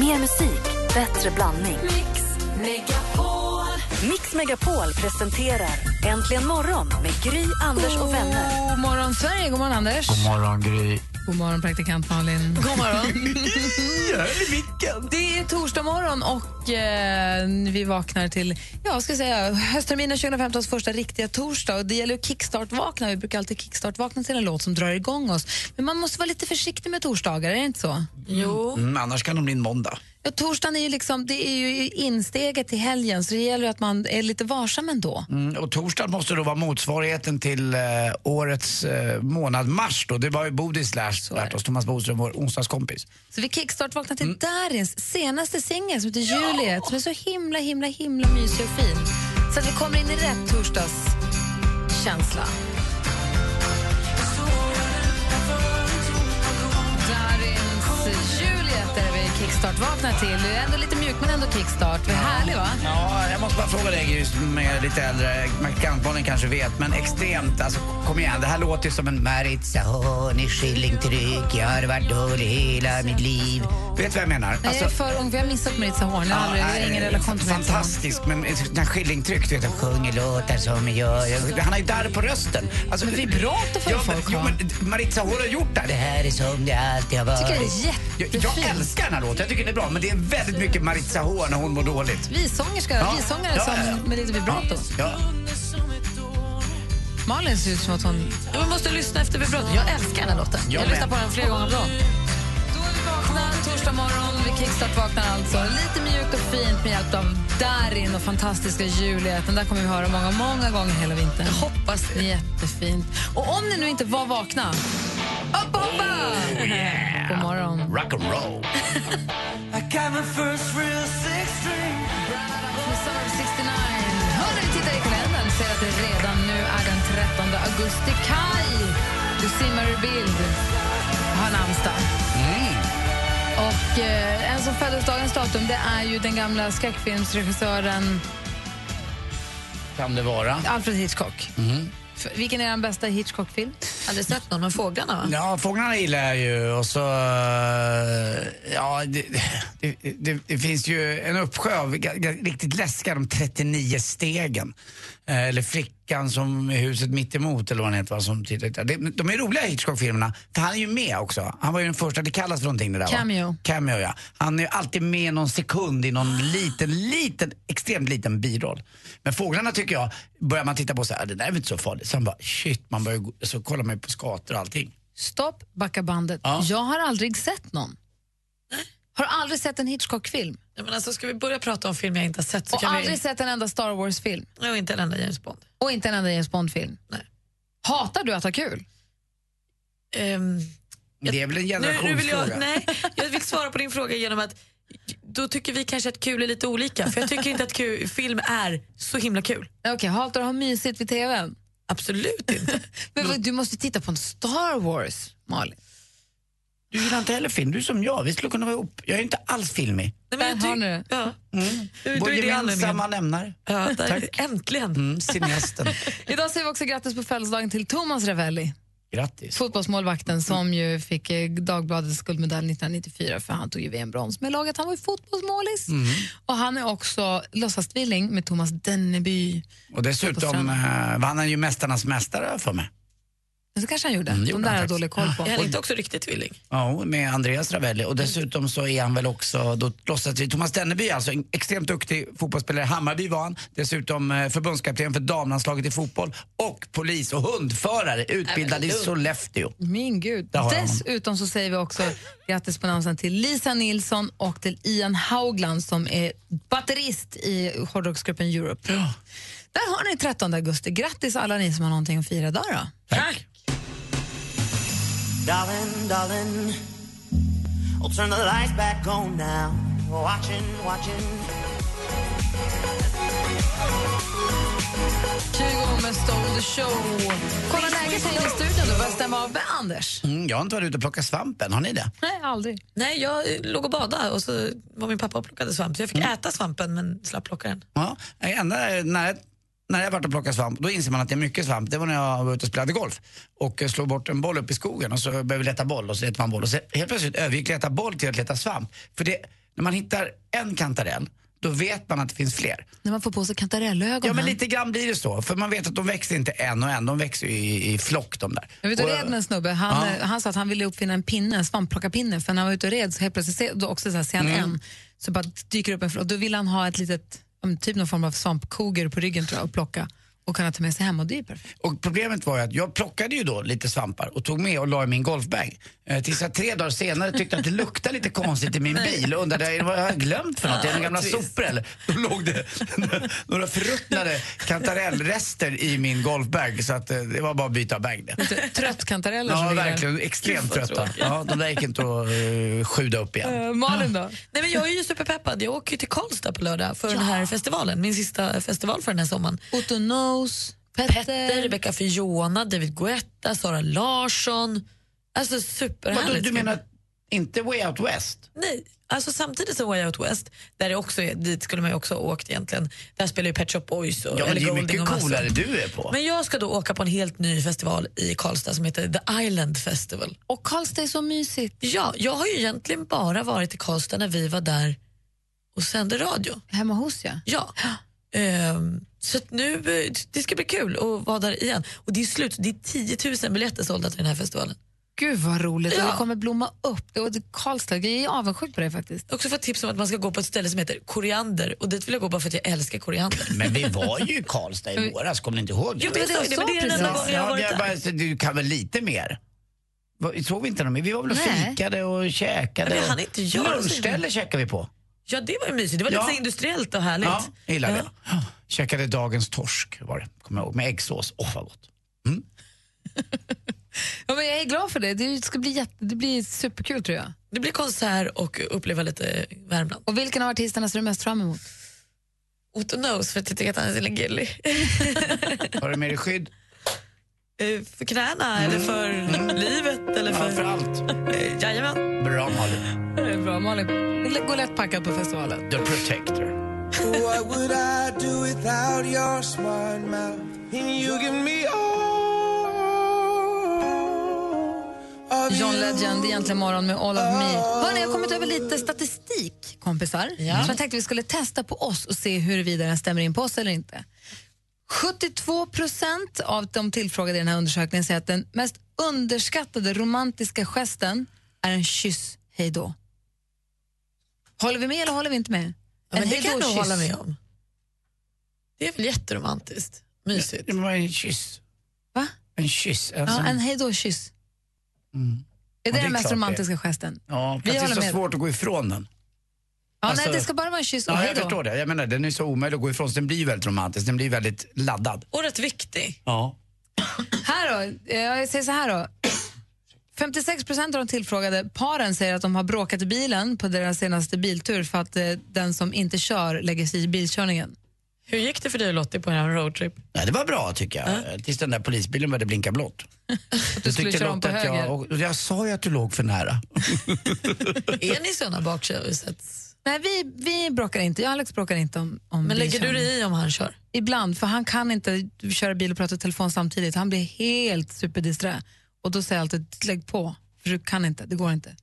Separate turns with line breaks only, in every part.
Mer musik, bättre blandning.
Mix Megapol.
Mix Megapol presenterar Äntligen morgon med Gry, Anders och vänner.
God morgon, Sverige. God morgon, Anders.
God morgon, Gry.
God morgon, praktikant Malin. God morgon. det är torsdag morgon och eh, vi vaknar till ja, ska jag säga, höstterminen 2015s första riktiga torsdag. Och det gäller att kickstart-vakna. Vi brukar alltid kickstart-vakna till en låt som drar igång oss. Men man måste vara lite försiktig med torsdagar, är det inte så?
Jo.
Mm, annars kan de bli en måndag.
Ja, torsdagen är ju, liksom, det är ju insteget till helgen så det gäller ju att man är lite varsam ändå.
Mm, och torsdag måste då vara motsvarigheten till eh, årets eh, månad mars då. Det var ju Bodis lärt,
är det.
lärt oss, Thomas Bodström, vår onsdagskompis.
Så vi kickstart-vaknar
Mm.
till Darins senaste singel som heter Juliet som är så himla, himla, himla mysig och fin. Så att vi kommer in i rätt torsdagskänsla. Darins Juliet är vi kickstart-vaknar till. Det är ändå lite mjuk men ändå kickstart. Det är härlig va?
Ja, jag måste bara fråga dig Gry, som är lite äldre, Kantbarnen kanske vet, men extremt, alltså kom igen, det här låter ju som en Maritza Hörni, skillingtryck, jag har varit dålig hela mitt liv. Vet du vad jag menar? Alltså,
Nej, jag är för ung, vi har missat Maritza Horn. Jag har aldrig- jag har ingen relation till Maritza Horn.
Fantastisk, men den här skillingtryck, du vet, han sjunger låtar som jag... Han har ju darr på rösten. Alltså, men
vibrato får ju folk
jo,
ha.
men Maritza Hår har gjort det här. Det här är som det alltid har varit.
Tycker jag det är
jag, jag
jättefint.
älskar den här låten, jag tycker den är bra, men det är väldigt mycket Maritza Hår när hon mår dåligt.
Vissångerska,
Ja,
vissångare
ja,
som
ja.
med lite vibrato.
Ja.
Malin ser ut som att hon...
Man måste lyssna efter vibrato. Jag älskar den här låten. Jag,
Jag med.
lyssnar på den flera gånger om dagen.
Då är vi vakna torsdag morgon. Vi kickstart-vaknar alltså. Lite mjukt och fint med hjälp av Darin och fantastiska Juliet. Den där kommer vi höra många, många gånger hela vintern.
Hoppas det.
Jättefint. Och om ni nu inte var vakna, upp och hoppa! God morgon.
Rock and roll.
Med Summer 69. Hörni, vi tittar i kalendern ser att det redan nu är den 13 augusti. Kai, du simmar ur bild, har namnsdag.
Mm.
Och eh, en som föddes dagens datum det är ju den gamla skräckfilmsregissören
Kan det vara?
Alfred Hitchcock. F- Vilken är den bästa Hitchcock-film?
Mhm. Aldrig sett någon om fåglarna va?
Ja, fåglarna gillar jag ju och så... eh, Ja, det, det, det, det finns ju en uppsjö av ga- ga- riktigt läskiga, de 39 stegen. Eh, Eller flickan som i huset mitt emot eller vad den heter va, som tittar. ut där. Det- De är roliga Hitchcock-filmerna, för han är ju med också. Han var ju den första, det kallas för någonting det där va?
Cameo.
Cameo ja. Han är ju alltid med någon sekund i någon liten, liten, extremt liten biroll. Men fåglarna tycker jag, börjar man titta på så här, det där är väl inte så farligt. Sen bara shit, man börjar, gå- så kollar man ju på skator och allting.
Stopp, backa bandet.
Ja.
Jag har aldrig sett någon. Har aldrig sett en Hitchcock-film
Nej, Men alltså, ska vi börja prata om filmer jag inte har sett så
och
kan
aldrig
vi...
sett en enda Star Wars-film.
Nej, och inte en enda James Bond.
Och inte en enda James Bond-film.
Nej.
Hatar du att ha kul?
Ehm,
Det är väl en
nu, nu vill
generationsfråga.
jag, nej, jag vill svara på din fråga genom att då tycker vi kanske att kul är lite olika. För jag tycker inte att kul, film är så himla kul.
Okej, hatar du att ha mysigt vid tvn?
Absolut inte.
Men
Mm.
vad- du måste titta på en Star Wars, Malin.
Du gillar inte heller film, du är som jag. Vi skulle kunna vara ihop. Jag är inte alls filmig.
Nej, men jag
Där har
tyck-
ni det.
Ja. Mm. Då
Vår
är det
gemensamma
anledningen.
nämnare.
Ja, där,
Tack.
äntligen.
Mm, cineasten.
Idag säger vi också grattis på födelsedagen till Thomas Ravelli,
Grattis.
fotbollsmålvakten
Mm.
som ju fick eh, Dagbladets guldmedalj 1994 för han tog ju VM-brons med laget. Han var ju fotbollsmålis.
Mm.
Och han är också låtsastvilling med Thomas Denneby.
Och dessutom eh, vann han ju Mästarnas mästare har jag för mig.
Men så kanske han gjorde.
Mm, det
De
gjorde
där
han
har jag
faktiskt.
dålig koll på.
Är han inte också riktigt tvilling?
Ja, med Andreas Ravelli. Och dessutom så är han väl också, då låtsas vi, Thomas Denneby alltså, en extremt duktig fotbollsspelare. Hammarby var han. Dessutom eh, förbundskapten för damlandslaget i fotboll. Och polis och hundförare, utbildad i Sollefteå.
Min gud.
Där har jag honom.
Dessutom så säger vi också grattis på namnsdagen till Lisa Nilsson och till Ian Haugland som är batterist i hårdrocksgruppen Europe. Där har ni 13 augusti. Grattis alla ni som har någonting att fira idag då.
Tack.
Darling, darling, I'll turn the lights back on now. Watching, watching.
20 år med Stole the Show. Kolla läget här inne i studion och börja stämma av med Anders.
Mm, jag har inte varit ute och plockat svampen, har ni det?
Nej, aldrig.
Nej, jag eh, låg och badade och så var min pappa och plockade svamp. Så jag fick
Mm.
äta svampen men slapp plocka den.
Ja, det enda när jag, när jag varit och plockat svamp, då inser man att det är mycket svamp. Det var när jag var ute och spelade golf och eh, slog bort en boll upp i skogen och så började vi leta boll och så letade man boll och så helt plötsligt övergick leta boll till att leta svamp. För det, När man hittar en kantarell, då vet man att det finns fler.
När man får på sig kantarellögon.
Ja men
här.
lite grann blir det så, för man vet att de växer inte en och en, de växer ju i, i flock de där.
Jag var ute och
Och-
red med en snubbe. Han,
Ja.
eh, han sa att han ville uppfinna en pinne, en svampplockarpinne. För när han var ute och red så helt plötsligt se- då också så här, ser han en. Så bara dyker upp en fl- och då vill han ha ett litet, ja, men typ någon form av svampkoger på ryggen tror jag, och plocka och kunna ta med sig hem och det är ju perfekt.
Och problemet var ju att jag plockade ju då lite svampar och tog med och la i min golfbag. Eh, tills jag tre dagar senare tyckte att det luktade lite konstigt i min bil och undrade vad jag har glömt för något. Är det gamla sopor eller? Då låg det några förruttnade kantarellrester i min golfbag så att eh, det var bara att byta bag det.
Trött kantareller
Ja,
ligger där.
verkligen. Extremt trötta. Ja, de där gick inte att uh, sjuda upp igen.
Eh, Malin då?
Nej, men jag är ju superpeppad. Jag åker ju till Karlstad på lördag för den här festivalen. Min sista eh, festival för den här sommaren.
Otto Nose,
Petter,
Petter.
Rebecca Fiona, David Guetta, Sara Larsson. Alltså
Vadå,
superhärligt.
du menar inte Way Out West?
Nej, alltså samtidigt som Way Out West, där det också är, dit skulle man ju också ha åkt egentligen. Där spelar ju Pet Shop Boys och
Ja, men det är ju
Golding
mycket
och massor.
coolare du är på.
Men jag ska då åka på en helt ny festival i Karlstad som heter The Island Festival.
Och Karlstad är så mysigt.
Ja, jag har ju egentligen bara varit i Karlstad när vi var där och sände radio.
Hemma hos jag.
Ja. Ehm, så att nu, eh, det ska bli kul att vara där igen. Och det är slut, det är 10 000 biljetter sålda till den här festivalen.
Gud vad roligt.
Ja.
Och det kommer blomma upp. Och det- Karlstad, jag är avundsjuk på det faktiskt.
Jag har också fått tips om att man ska gå på ett ställe som heter Koriander och dit vill jag gå bara för att jag älskar koriander.
Men vi var ju i Karlstad i våras, kommer ni inte ihåg det?
Jo, men
det
jag sa ju det, men det är den enda
Ja,
gången jag har varit
jag
där.
bara, så du kan väl lite mer? Vad- Såg vi inte någon mer? Vi var väl och
Nej.
fikade och käkade.
Men det
och-
hann inte jag.
Lunchställe käkade vi på.
Ja, det var ju mysigt. Det var
Ja.
lite så industriellt och härligt.
Ja, gillade
Ja.
det. Käkade dagens torsk, var det. Kommer jag ihåg, med äggsås. Åh, vad gott.
Ja, men jag är glad för det. Det ska bli, jätte, det blir superkul tror jag.
Det blir konsert och uppleva lite Värmland.
Och vilken av artisterna ser du mest fram emot?
Otto Knows för att jag tycker att han är så gullig.
Har du med dig skydd?
Eh, för knäna eller för livet eller
Ja, för
för...
allt.
Eh, Jajamän.
Bra, Malin.
Det är bra, Malin. Gå lätt packad på festivalen.
The Protector.
What would I do without your smart mouth? And you give me all of
John
you.
Legend, egentligen morgon med All of Me. Hörrni, jag har kommit över lite statistik, kompisar. Så jag tänkte vi skulle testa på oss och se huruvida den stämmer in på oss eller inte. 72 procent av de tillfrågade i den här undersökningen säger att den mest underskattade romantiska gesten är en kyss hej då. Håller vi med eller håller vi inte med?
Ja, men det
hej
kan jag nog
då-kyss.
hålla med om. Det är väl jätteromantiskt. Mysigt.
Det var en kyss.
Va?
En kyss. Alltså.
Ja, en hej då-kyss. Är det,
Mm. det är
den mest
klart det.
romantiska gesten?
Ja, för
Vi
att det är
håller
så
med.
svårt att gå ifrån den.
Ja,
Alltså-
nej, det ska bara vara en kyss och
Ja,
hej
jag
då.
förstår det. Jag menar, den är så omöjlig att gå ifrån så den blir ju väldigt romantisk. Den blir väldigt laddad.
Och rätt viktig.
Ja.
Här då, eh, jag säger så här då. 56 procent av de tillfrågade paren säger att de har bråkat i bilen på deras senaste biltur för att eh, den som inte kör lägger sig i bilkörningen.
Hur gick det för dig Lottie på er roadtrip?
Ja, det var bra tycker jag. Tills den där polisbilen började blinka blått. Då
skulle
tyckte
köra om
Lotta
på
att jag,
höger.
och och jag sa ju att du låg för nära.
Är ni såna bakkändisar?
Nej, vi, vi bråkar inte. Jag och Alex bråkar inte om, om
Men lägger du
bilkörning.
dig i om han kör?
Ibland, för han kan inte köra bil och prata i telefon samtidigt. Han blir helt superdisträ. Och då säger jag alltid, lägg på, för du kan inte, det går inte.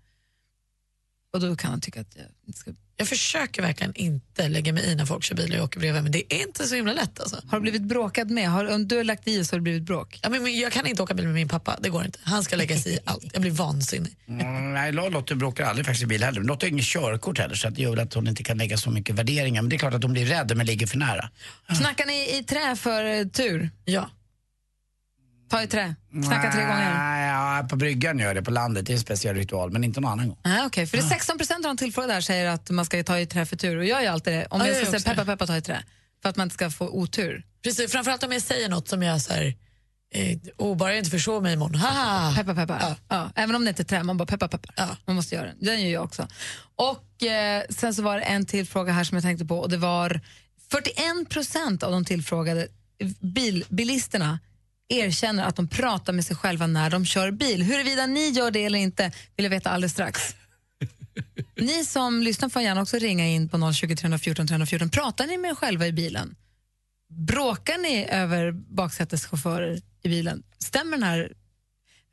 Och då kan han tycka att jag inte ska...
Jag försöker verkligen inte lägga mig i när folk kör bil och jag åker bredvid men det är inte så himla lätt alltså.
Har du blivit bråkad med? Har, om du har lagt i så har det blivit bråk.
Ja, men men jag kan inte åka bil med min pappa, det går inte. Han ska lägga sig i allt. Jag blir vansinnig.
Mm, nej, Lotta bråkar aldrig faktiskt i bil heller. Men Lotta har ingen körkort heller så att det gör väl att hon inte kan lägga så mycket värderingar. Men det är klart att hon blir rädd om jag ligger för nära.
Knackar ni i trä för eh, tur?
Ja.
Ta i trä. Knacka tre gånger.
Nej, ja, på bryggan gör jag det, på landet. Det är en speciell ritual, men inte någon annan gång.
Nej, okej. För det är 16 procent av de tillfrågade här säger att man ska ju ta i trä för tur. Och jag gör alltid det. Om jag
Ja, jag
ska
gör
säga
också
peppa, peppa, ta i trä. För att man inte ska få otur.
Precis, framförallt om jag säger något som jag så här, eh, oh, bara jag inte försov mig imorgon, haha.
Peppa, peppa. Ja. Även om det inte är trä, man bara peppa, peppa.
Ja.
Man måste göra det. Den gör jag också. Och eh, sen så var det en till fråga här som jag tänkte på och det var 41 procent av de tillfrågade bil, bilisterna erkänner att de pratar med sig själva när de kör bil. Huruvida ni gör det eller inte vill jag veta alldeles strax. Ni som lyssnar får gärna också ringa in på 020 314 314. Pratar ni med er själva i bilen? Bråkar ni över baksäteschaufförer i bilen? Stämmer den här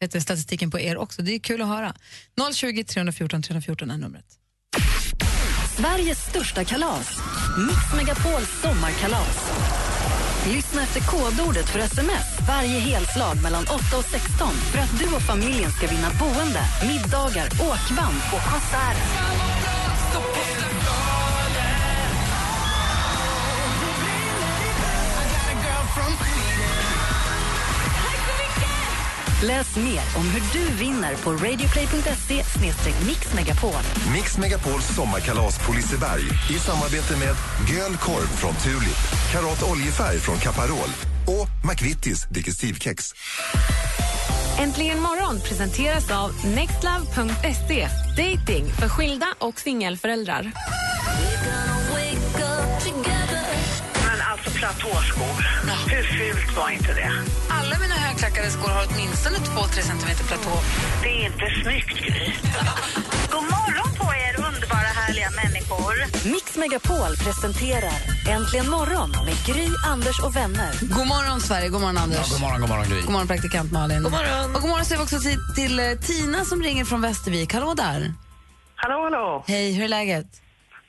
vet du, statistiken på er också. Det är kul att höra. 020 314 314 är numret.
Sveriges största kalas. Mix Megapols sommarkalas. Lyssna efter kodordet för sms varje helslag mellan 8 och 16 för att du och familjen ska vinna boende, middagar, åkvamp och konserter. Läs mer om hur du vinner på radioplay.se mixmegapol.
Mix Megapols sommarkalas på Liseberg i samarbete med Göl korv från Tulip, Karat oljefärg från Caparol och McVittys digestivkex.
Äntligen morgon presenteras av nextlove.se. Dating för skilda och singelföräldrar.
Men alltså platåskor, hur fult var inte det?
Alla mina högklackade skor har åtminstone 2-3 centimeter platå.
Det är inte snyggt, Gry. God morgon på er underbara härliga människor.
Mix Megapol presenterar Äntligen morgon med Gry, Anders och vänner.
God morgon, Sverige. God morgon, Anders.
Ja, god morgon, god morgon Gry.
God morgon, praktikant Malin. God
morgon.
Och god morgon säger vi också till, till eh, Tina som ringer från Västervik. Hallå där.
Hallå, hallå.
Hej, hur är läget?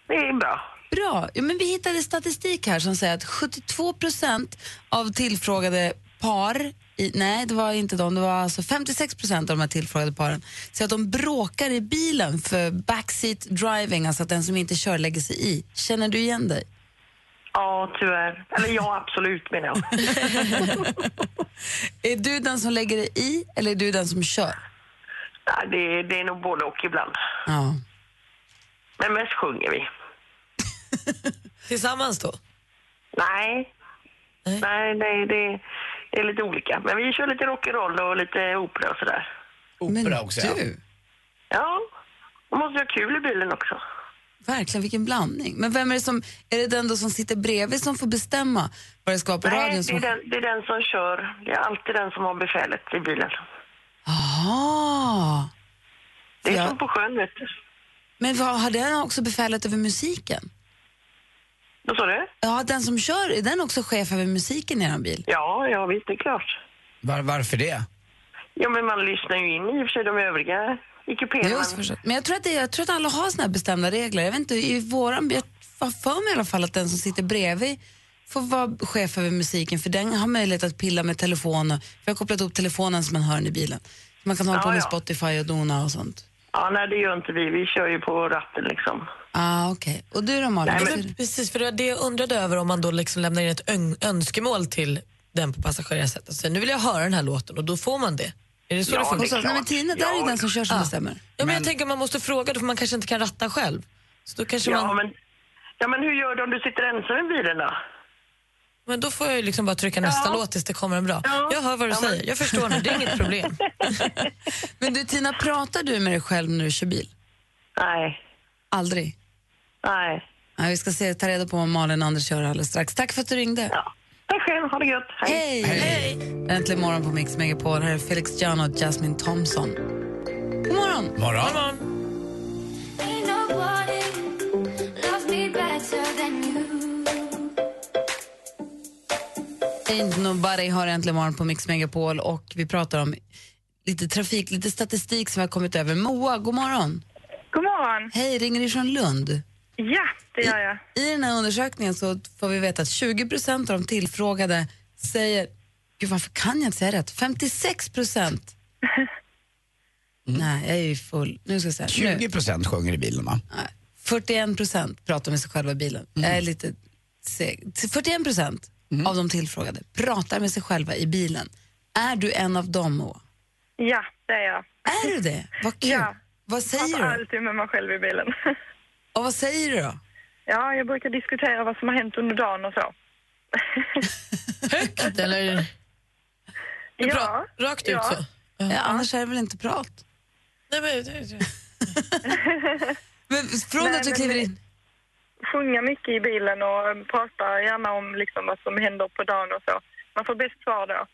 Det är bra.
Bra. Ja, men vi hittade statistik här som säger att 72 procent av tillfrågade par i, nej, det var inte de. Det var alltså 56 procent av de här tillfrågade paren säger att de bråkar i bilen för backseat driving, alltså att den som inte kör lägger sig i. Känner du igen dig?
Ja, tyvärr. Eller ja, absolut, menar jag.
Är du den som lägger dig i eller är du den som kör?
Nej, det, det är nog både och ibland.
Ja.
Men mest sjunger vi.
Tillsammans då?
Nej. Nej, nej, det, det är lite olika. Men vi kör lite rock'n'roll och lite opera och sådär.
Men
Opera också, ja.
du,
Ja, man måste ha kul i bilen också.
verkligen vilken blandning. Men vem är det som, är det den då som sitter bredvid som får bestämma vad det ska vara på
Nej,
radion?
det är,
Som...
den, det är den som kör. Det är alltid den som har befälet i bilen.
Ah.
Det är
Ja.
som på sjön, vet du.
Men vad, har den också befälet över musiken?
Vad sa du?
Ja, den som kör, är den också chef över musiken i er bil?
Ja, ja, visst, det är klart.
Var, varför det?
Ja, men man lyssnar ju in i och för sig de övriga i kupén.
Jo, förstås. Men jag tror, att det, jag tror att alla har såna här bestämda regler. Jag vet inte, i våran, jag har för mig i alla fall att den som sitter bredvid får vara chef över musiken för den har möjlighet att pilla med telefonen. Vi har kopplat upp telefonen som man hör i bilen. Så man kan hålla
Ja,
på med
ja.
Spotify och dona och sånt.
Ja, nej, det gör inte vi. Vi kör ju på ratten liksom.
Ah, okej. Och du då Malin?
Nej,
Vad
men-
säger du?
Precis, för det var det jag undrade över om man då liksom lämnar in ett ön- önskemål till den på passagerarsätet och säger nu vill jag höra den här låten och då får man det. Är det så
Ja,
det
det
funkar?
är
Så, nej, men
klart.
Tina, där är ju
Ja,
den som kör som bestämmer.
Ja, men, jag tänker man måste fråga då för man kanske inte kan ratta själv. Så då kanske
Ja,
man, men...
men, ja, men hur gör du om du sitter ensam i bilen då?
då får jag ju liksom bara trycka nästa låt tills det kommer en bra.
Ja.
Jag hör vad du säger, jag förstår nu, det är inget problem.
Men du Tina, pratar du med dig själv när du kör bil?
Nej,
Aldrig?
nej.
Ja, vi ska se, ta reda på vad Malin och Anders gör alldeles strax. Tack för att du ringde.
Ja. Tack själv, ha det gött.
Hej! Hej! Äntligen morgon på Mix Megapol. Här är Felix Jan och Jasmine Thompson. God morgon!
Morgon.
Ain't nobody har Äntligen morgon på Mix Megapol och vi pratar om lite trafik, lite statistik som har kommit över. Moa, god morgon!
God morgon.
Hej, ringer du från Lund?
Ja, det gör jag.
I den här undersökningen så får vi veta att 20 procent av de tillfrågade säger... Gud, varför kan jag inte säga rätt? 56 procent. Nej, jag är ju full. Nu ska jag säga. nu.
20 procent sjunger i bilen, va?
Nej, 41 procent pratar med sig själva i bilen. Jag är lite seg. 41 procent av de tillfrågade pratar med sig själva i bilen. Är du en av dem, Moa?
Ja, det är jag.
Är du det? Vad kul.
Ja. Alltså,
Vad säger
Pratar
du?
alltid med mig själv i bilen.
Och vad säger du då?
Ja, jag brukar diskutera vad som har hänt under dagen och så.
Högt eller?
Ja,
Bra, rakt ut
Ja.
så?
Ja, annars är det väl inte prat?
Nej, men, det- det-
Men från
Nej,
att du
men-
kliver in...
sjunga mycket i bilen och pratar gärna om liksom vad som händer på dagen och så. Man får bäst svar då.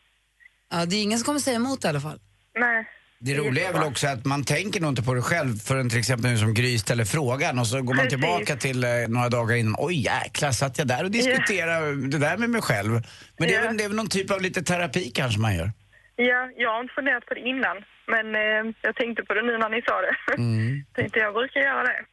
Ja, det är ingen som kommer säga emot i alla fall.
Nej.
Det roliga är väl också att man tänker nog inte på det själv förrän till exempel nu som Gry ställer frågan och så går man
Precis.
tillbaka till eh, några dagar innan. Oj jäklar, satt jag där och diskuterade det där med mig själv? Men det är,
Ja.
väl, det är väl någon typ av lite terapi kanske man gör?
Ja, jag har inte funderat på det innan, men eh, jag tänkte på det nu när ni sa det.
Mm.
tänkte jag brukar göra det.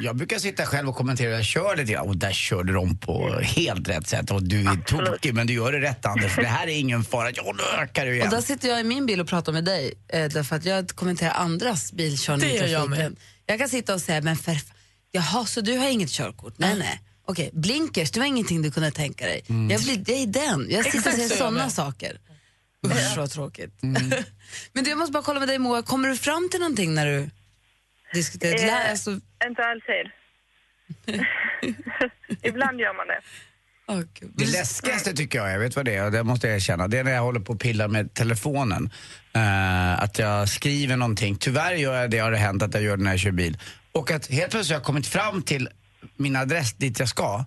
Jag brukar sitta själv och kommentera, jag kör lite grann. Och där körde de på helt rätt sätt. Och du är tokig, men du gör det rätt Anders. För det här är ingen fara. Ja, nu ökar du igen.
Och där sitter jag i min bil och pratar med dig, eh, därför att jag kommenterar andras bilkörning.
Det
i
gör jag
trafiken. Jag kan sitta och säga, men för fa- jaha, så du har inget körkort? Nej, nej. Okej, blinkers, det var ingenting du kunde tänka dig.
Mm.
Jag blir, det är den. Jag sitter
Exakt
och
så
säger
gör
sådana
jag. Mm.
saker. Usch, vad tråkigt.
Mm.
men du, jag måste bara kolla med dig Moa, kommer du fram till någonting när du diskuterar?
Eh,
Lä- Alltså,
Inte alltid. Ibland gör man det.
Det läskigaste tycker jag, jag vet vad det är, och det måste jag erkänna, det är när jag håller på och pillar med telefonen. Eh, att jag skriver någonting. Tyvärr gör jag det, har det hänt att jag gör det när jag kör bil. Och att helt plötsligt har jag kommit fram till min adress dit jag ska.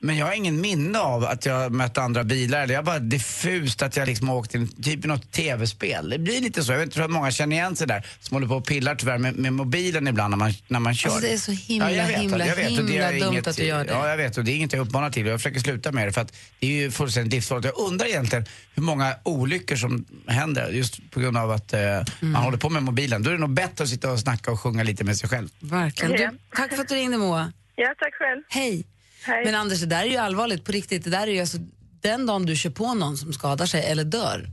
Men jag har ingen minne av att jag mötte andra bilar. Eller jag har bara diffust att jag liksom har åkt in, typ i något tv-spel. Det blir lite så. Jag vet inte hur många känner igen sig där. Som håller på och pillar tyvärr med, med mobilen ibland när man, när man kör.
Alltså, det är så himla,
jag vet,
himla,
jag vet, och det är
himla dumt
inget,
att du gör det.
Ja, jag vet och det är inget jag uppmanar till. Jag försöker sluta med det för att det är ju fullständigt livsfarligt. Jag undrar egentligen hur många olyckor som händer just på grund av att eh,
Mm.
man håller på med mobilen. Då är det nog bättre att sitta och snacka och sjunga lite med sig själv.
verkligen. Du, tack för att du ringde Moa.
Ja, tack själv.
Hej. Men Anders, det där är ju allvarligt på riktigt. Det där är ju alltså, den dagen du kör på någon som skadar sig eller dör.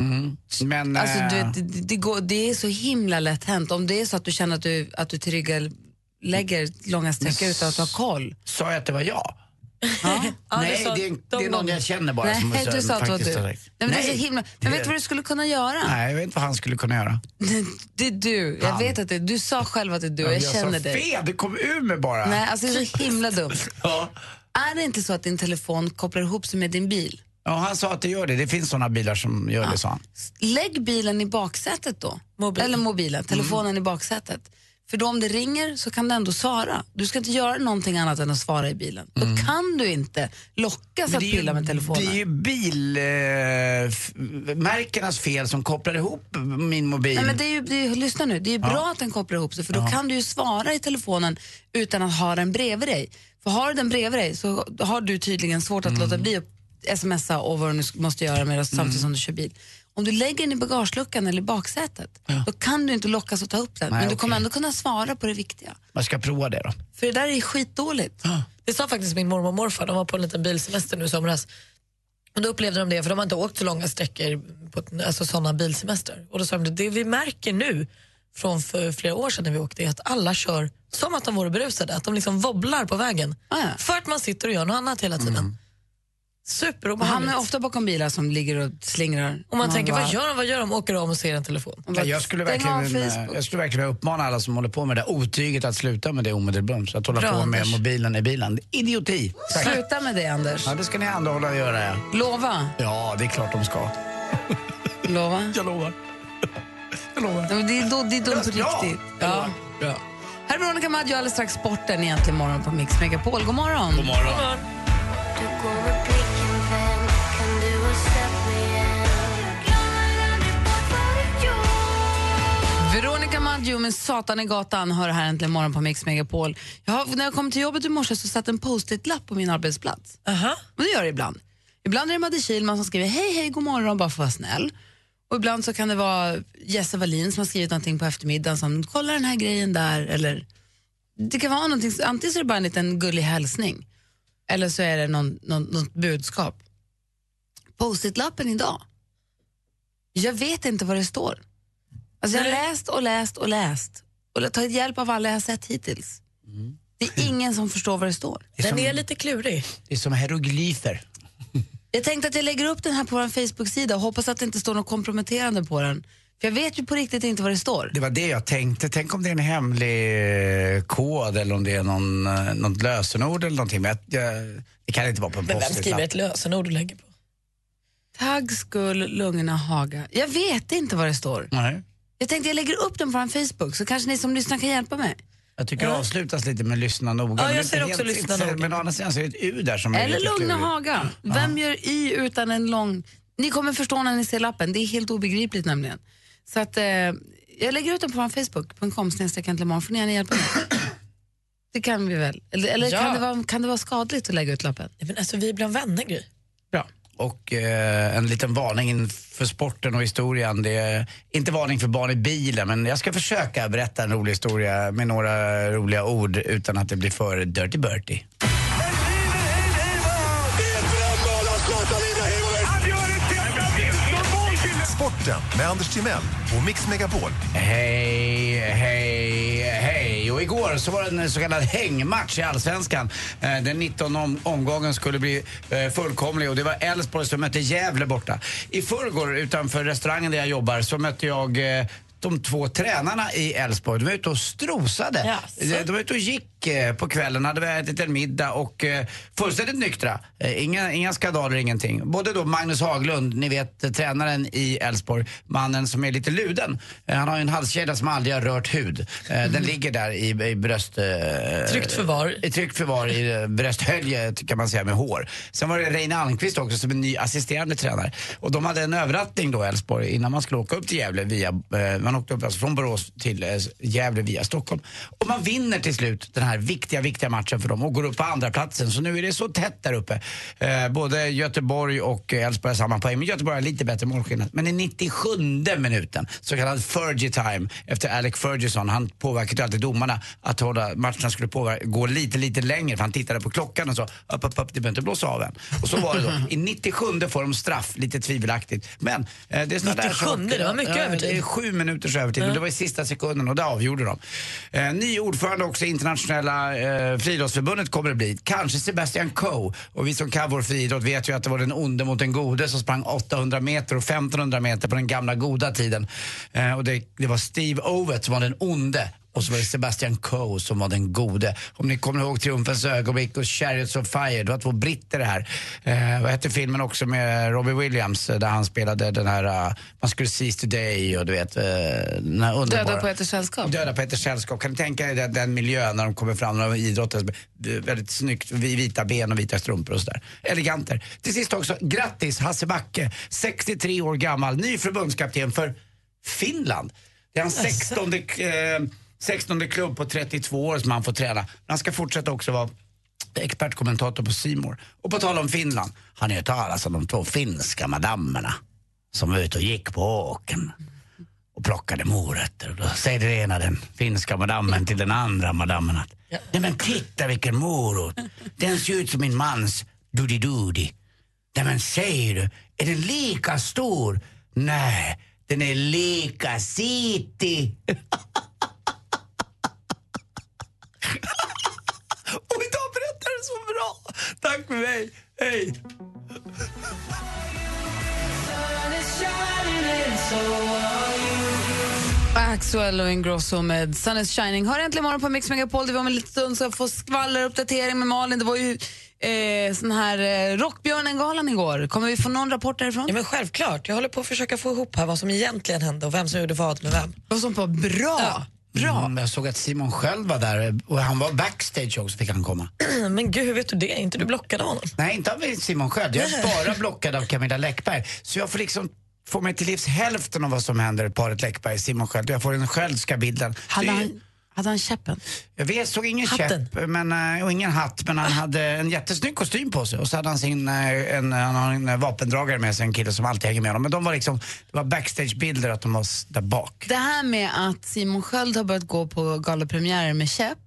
Mm. Men,
Alltså,
eh,
du, vet, det, det, går, det är så himla lätt hänt. Om det är så att du känner att du, att du tillryggalägger långa sträckor utan att ha koll.
Sa jag att det var jag?
Ja,
Nej,
du sa
det är,
de
det är någon
gånger.
jag känner bara.
Nej,
som är så här
du sa att det var du.
faktiskt
Nej,
direkt.
men, det är
Nej,
så himla,
det
men
är-
vet du vad du skulle kunna göra?
Nej, jag vet inte vad han skulle kunna göra.
Det är du. Jag vet att det är, du sa själv att det är du
Ja,
och jag
jag
känner
sa
dig.
fel, det kom ur mig bara.
Nej, alltså det är så himla dumt.
Ja.
Är det inte så att din telefon kopplar ihop sig med din bil?
Ja, han sa att det gör det. Det finns såna bilar som gör det, sa han.
Lägg bilen i baksätet då. Eller mobilen,
Mm.
telefonen i baksätet. För då om det ringer så kan du ändå svara. Du ska inte göra någonting annat än att svara i bilen. Då kan du inte lockas
Mm. Men
att
det är ju-
pilla med telefonen.
Det är ju bilmärkenas fel som kopplar ihop min mobil.
Nej, men det är ju, det är, ju- lyssna nu, det är ju
Ja.
bra att den kopplar ihop sig för då
Ja.
kan du ju svara i telefonen utan att ha den bredvid dig. För har du den bredvid dig så har du tydligen svårt att låta bli att smsa och vad du nu sk- måste göra med det samtidigt som du kör bil. Om du lägger den i bagageluckan eller i baksätet, då kan du inte lockas att ta upp den.
Nej,
men du
okej.
kommer ändå kunna svara på det viktiga.
Man ska prova det då.
För det där är skitdåligt.
Det sa faktiskt min mormor och morfar, de var på en liten bilsemester nu i somras. Och då upplevde de det, för de har inte åkt så långa sträckor på ett- alltså sådana bilsemester. Och då sa de det, det vi märker nu från för flera år sedan när vi åkte är att alla kör som att de vore berusade, att de liksom wobblar på vägen. För att man sitter och gör något annat hela tiden.
Man
Superobehagligt.
hamnar ju ofta bakom bilar som ligger och slingrar.
Och man, tänker,
bara-
vad gör de? Vad gör de? Åker om och ser en telefon.
Nej, jag, skulle verkligen, eh, jag skulle verkligen vilja uppmana alla som håller på med det där otyget att sluta med det omedelbums. Att hålla
Bra,
på med
Anders.
mobilen i bilen. Det är Idioti!
Sluta med det Anders.
Ja, det ska ni andra hålla och göra. ja.
Lova.
Ja, det är klart de ska.
Lova?
Jag lovar. Jag
Ja, men Det är, då, det är dumt på
Ja,
riktigt.
jag
Ja.
lovar. Ja.
Här är Veronica Maggio alldeles strax sporten egentligen morgon på Mix Megapol. God morgon.
God morgon. God morgon.
Veronica Maggio med Satan i gatan hör här äntligen morgon på Mix Megapol. Jag har, när jag kom till jobbet i morse så satt en post-it-lapp på min arbetsplats. Men det gör det ibland. Ibland är det Madde Kihlman som skriver hej, hej, god morgon bara för att vara snäll. Och ibland så kan det vara Jesse Wallin som har skrivit någonting på eftermiddagen som kolla den här grejen där eller det kan vara någonting, antingen så är det bara en liten gullig hälsning eller så är det någon, någon, något budskap. Post-it-lappen idag. Jag vet inte vad det står. Alltså jag har läst och läst och läst och jag har tagit hjälp av alla jag har sett hittills. Det är ingen som förstår vad det står.
Det är Den som- är
lite klurig.
Det är som hieroglyfer.
Jag tänkte att jag lägger upp den här på vår Facebook-sida och hoppas att det inte står något komprometterande på den. För jag vet ju på riktigt inte vad det står.
Det var det jag tänkte. Tänk om det är en hemlig eh, kod eller om det är någon, eh, något lösenord eller någonting. Men jag, jag, det kan inte vara på en
Men vem skriver ett
post-it-lapp.
lösenord och lägger på?
Tagg, skull, lungorna, haga. Jag vet inte vad det står.
Nej.
Jag tänkte jag lägger upp den på vår Facebook så kanske ni som lyssnar kan hjälpa mig.
Jag tycker det avslutas lite med lyssna noga.
Ja, jag
Men det är inte
ser också
helt-
lyssna
inte-
noga.
Men å andra sidan så är det ett U där som är
Eller
lite
lugna
klurigt.
haga. Vem gör i utan en lång... Ni kommer förstå när ni ser lappen. Det är helt obegripligt nämligen. Så att eh, jag lägger ut den på vår Facebook.com snedstreck äntligen imorgon. Får ni gärna hjälpa mig. Det kan vi väl? Eller, eller
Ja.
kan, det vara, kan det vara skadligt att lägga ut lappen?
Nej, men alltså, vi är bland vänner, Gry.
Bra.
Och eh, en liten varning inför sporten och historien. Det är inte varning för barn i bilen, men jag ska försöka berätta en rolig historia med några roliga ord utan att det blir för dirty birty.
Sporten med Anders Timell och Mix Megapol.
Hej, hej, hej. Och igår så var det en så kallad hängmatch i Allsvenskan. Eh, Den 19 om- omgången skulle bli eh, fullkomlig och det var Elfsborg som mötte Gävle borta. I förrgår utanför restaurangen där jag jobbar så mötte jag eh, de två tränarna i Elfsborg. De var ute och strosade.
Jaså?
Eh, De var ute och gick eh, på kvällen, hade väl ätit en middag och eh, fullständigt nyktra. Eh, Inga, inga skandaler, ingenting. Både då Magnus Haglund, ni vet eh, tränaren i Elfsborg, mannen som är lite luden. Eh, Han har ju en halskedja som aldrig har rört hud. Eh, Den ligger där i, i bröst... eh,
Tryggt förvar.
I tryggt förvar i eh, brösthöljet kan man säga med hår. Sen var det Reine Almqvist också som är ny assisterande tränare. Och de hade en överrattning då Elfsborg innan man skulle åka upp till Gävle via, eh, man åkte upp alltså från Borås till eh, Gävle via Stockholm. Och man vinner till slut den här viktiga, viktiga matchen för dem och går upp på andra platsen. Så nu är det så tätt där uppe. Eh, både Göteborg och eh, Elfsborg har samma poäng, men Göteborg har lite bättre målskillnad. Men i 97 minuten, så kallad Fergie time, efter Alec Ferguson, han påverkade ju alltid domarna att hålla matcherna skulle påverka, gå lite, lite längre för han tittade på klockan och sa upp, upp, upp, det behöver inte blåsa av än. Och så var det då. I 97 får de straff, lite tvivelaktigt. Men eh, det är såna där
97,
saker-
det var mycket
Ja,
övertid.
Det är sju minuters övertid,
Ja.
men det var i sista sekunden och det avgjorde de. Eh, ny ordförande också i internationella eh, friidrottsförbundet kommer det bli. Kanske Sebastian Coe. Och vi som kan vår friidrott vet ju att det var den onde mot den gode som sprang 800 meter och 1500 meter på den gamla goda tiden. Eh, och det, det var Steve Ovett som var den onde. Och så var det Sebastian Coe som var den gode. Om ni kommer ihåg Triumfens ögonblick och Chariots of Fire, det var två britter det här. Eh, vad hette filmen också med Robbie Williams eh, där han spelade den här, eh, man skulle seize today och du vet, eh, den här underbara.
Döda poeters sällskap.
Döda på ett sällskap. Kan du tänka dig den, den miljön när de kommer fram, när de idrottar, det är väldigt snyggt, vi- vita ben och vita strumpor och sådär. Eleganter. Till sist också, grattis Hasse Backe, 63 år gammal, ny förbundskapten för Finland. Det är hans 16 eh, 16 klubb på 32 år som han får träna. Men han ska fortsätta också vara expertkommentator på Simor. Och på tal om Finland, har ni hört talas om de två finska madammerna som var ute och gick på åken? och plockade morötter. Och då säger den ena den finska madammen till den andra madammen att Nej men titta vilken morot! Den ser ut som min mans doody-doody. Nej men säger du, är den lika stor? Nej, den är lika sitig. och idag berättar du så bra! Tack för mig, hej!
Axwell och Ingrosso med Sun is shining. Hör äntligen morgon på Mix Megapol där vi om en liten stund ska få skvaller och uppdatering med Malin. Det var ju eh, sån här eh, Rockbjörnen-galan igår. Kommer vi få någon rapport därifrån?
Ja, men självklart. Jag håller på att försöka få ihop här vad som egentligen hände och vem som gjorde vad med vem.
Vad som var bra.
Bra! Mm, jag såg att Simon själv var där och han var backstage också fick han komma.
Men gud, hur vet du det? Är inte du blockad av honom?
Nej, inte av Simon Sköld. Jag är bara blockad av Camilla Läckberg. Så jag får liksom få mig till livs hälften av vad som händer paret Läckberg, Simon Sköld. Jag får den Sköldska bilden.
Hade
Det är-
han, hade han käppen?
Jag vet, såg ingen
Hatten.
käpp men, eh, och ingen hatt, men han hade en jättesnygg kostym på sig. Och så hade han sin, eh, en, han har en eh, vapendragare med sig, en kille som alltid hänger med honom. Men de var liksom, det var backstagebilder att de var s- där bak.
Det här med att Simon Sköld har börjat gå på galapremiärer med käpp,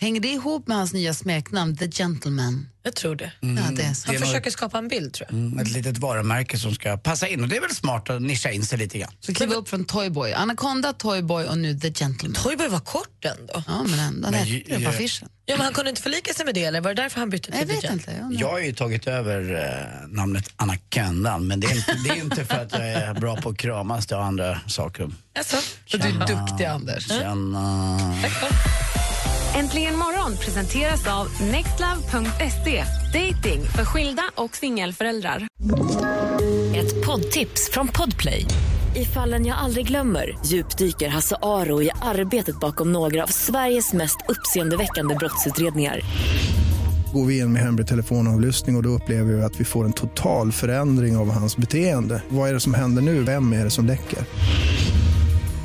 hänger det ihop med hans nya smeknamn The Gentleman?
Jag tror det.
ja, Mm. det är så.
Han
Det var-
försöker skapa en bild, tror jag.
Mm, ett litet varumärke som ska passa in och det är väl smart att nischa in sig lite grann.
Så kliva upp från Toyboy. Anaconda, Toyboy och nu The Gentleman.
Toyboy var kort ändå.
Ja, men ändå. Han
Men
hette
ju-
det på
ju-
affischen.
Ja, men han kunde inte förlika sig med det, eller var det därför han bytte till
Jag vet
Vigent?
inte. Jag undrar.
Jag har ju tagit över eh, namnet Anacondan men det är, inte, det är inte för att jag är bra på att kramas, det har andra saker.
Alltså,
du är duktig, Anders.
Tjena.
Äntligen morgon presenteras av nextlove.se. Dating för skilda och singelföräldrar.
Ett poddtips från Podplay. I fallen jag aldrig glömmer djupdyker Hasse Aro i arbetet bakom några av Sveriges mest uppseendeväckande brottsutredningar.
Går vi in med hemlig telefonavlyssning och, och då upplever vi att vi får en total förändring av hans beteende. Vad är det som händer nu? Vem är det som läcker?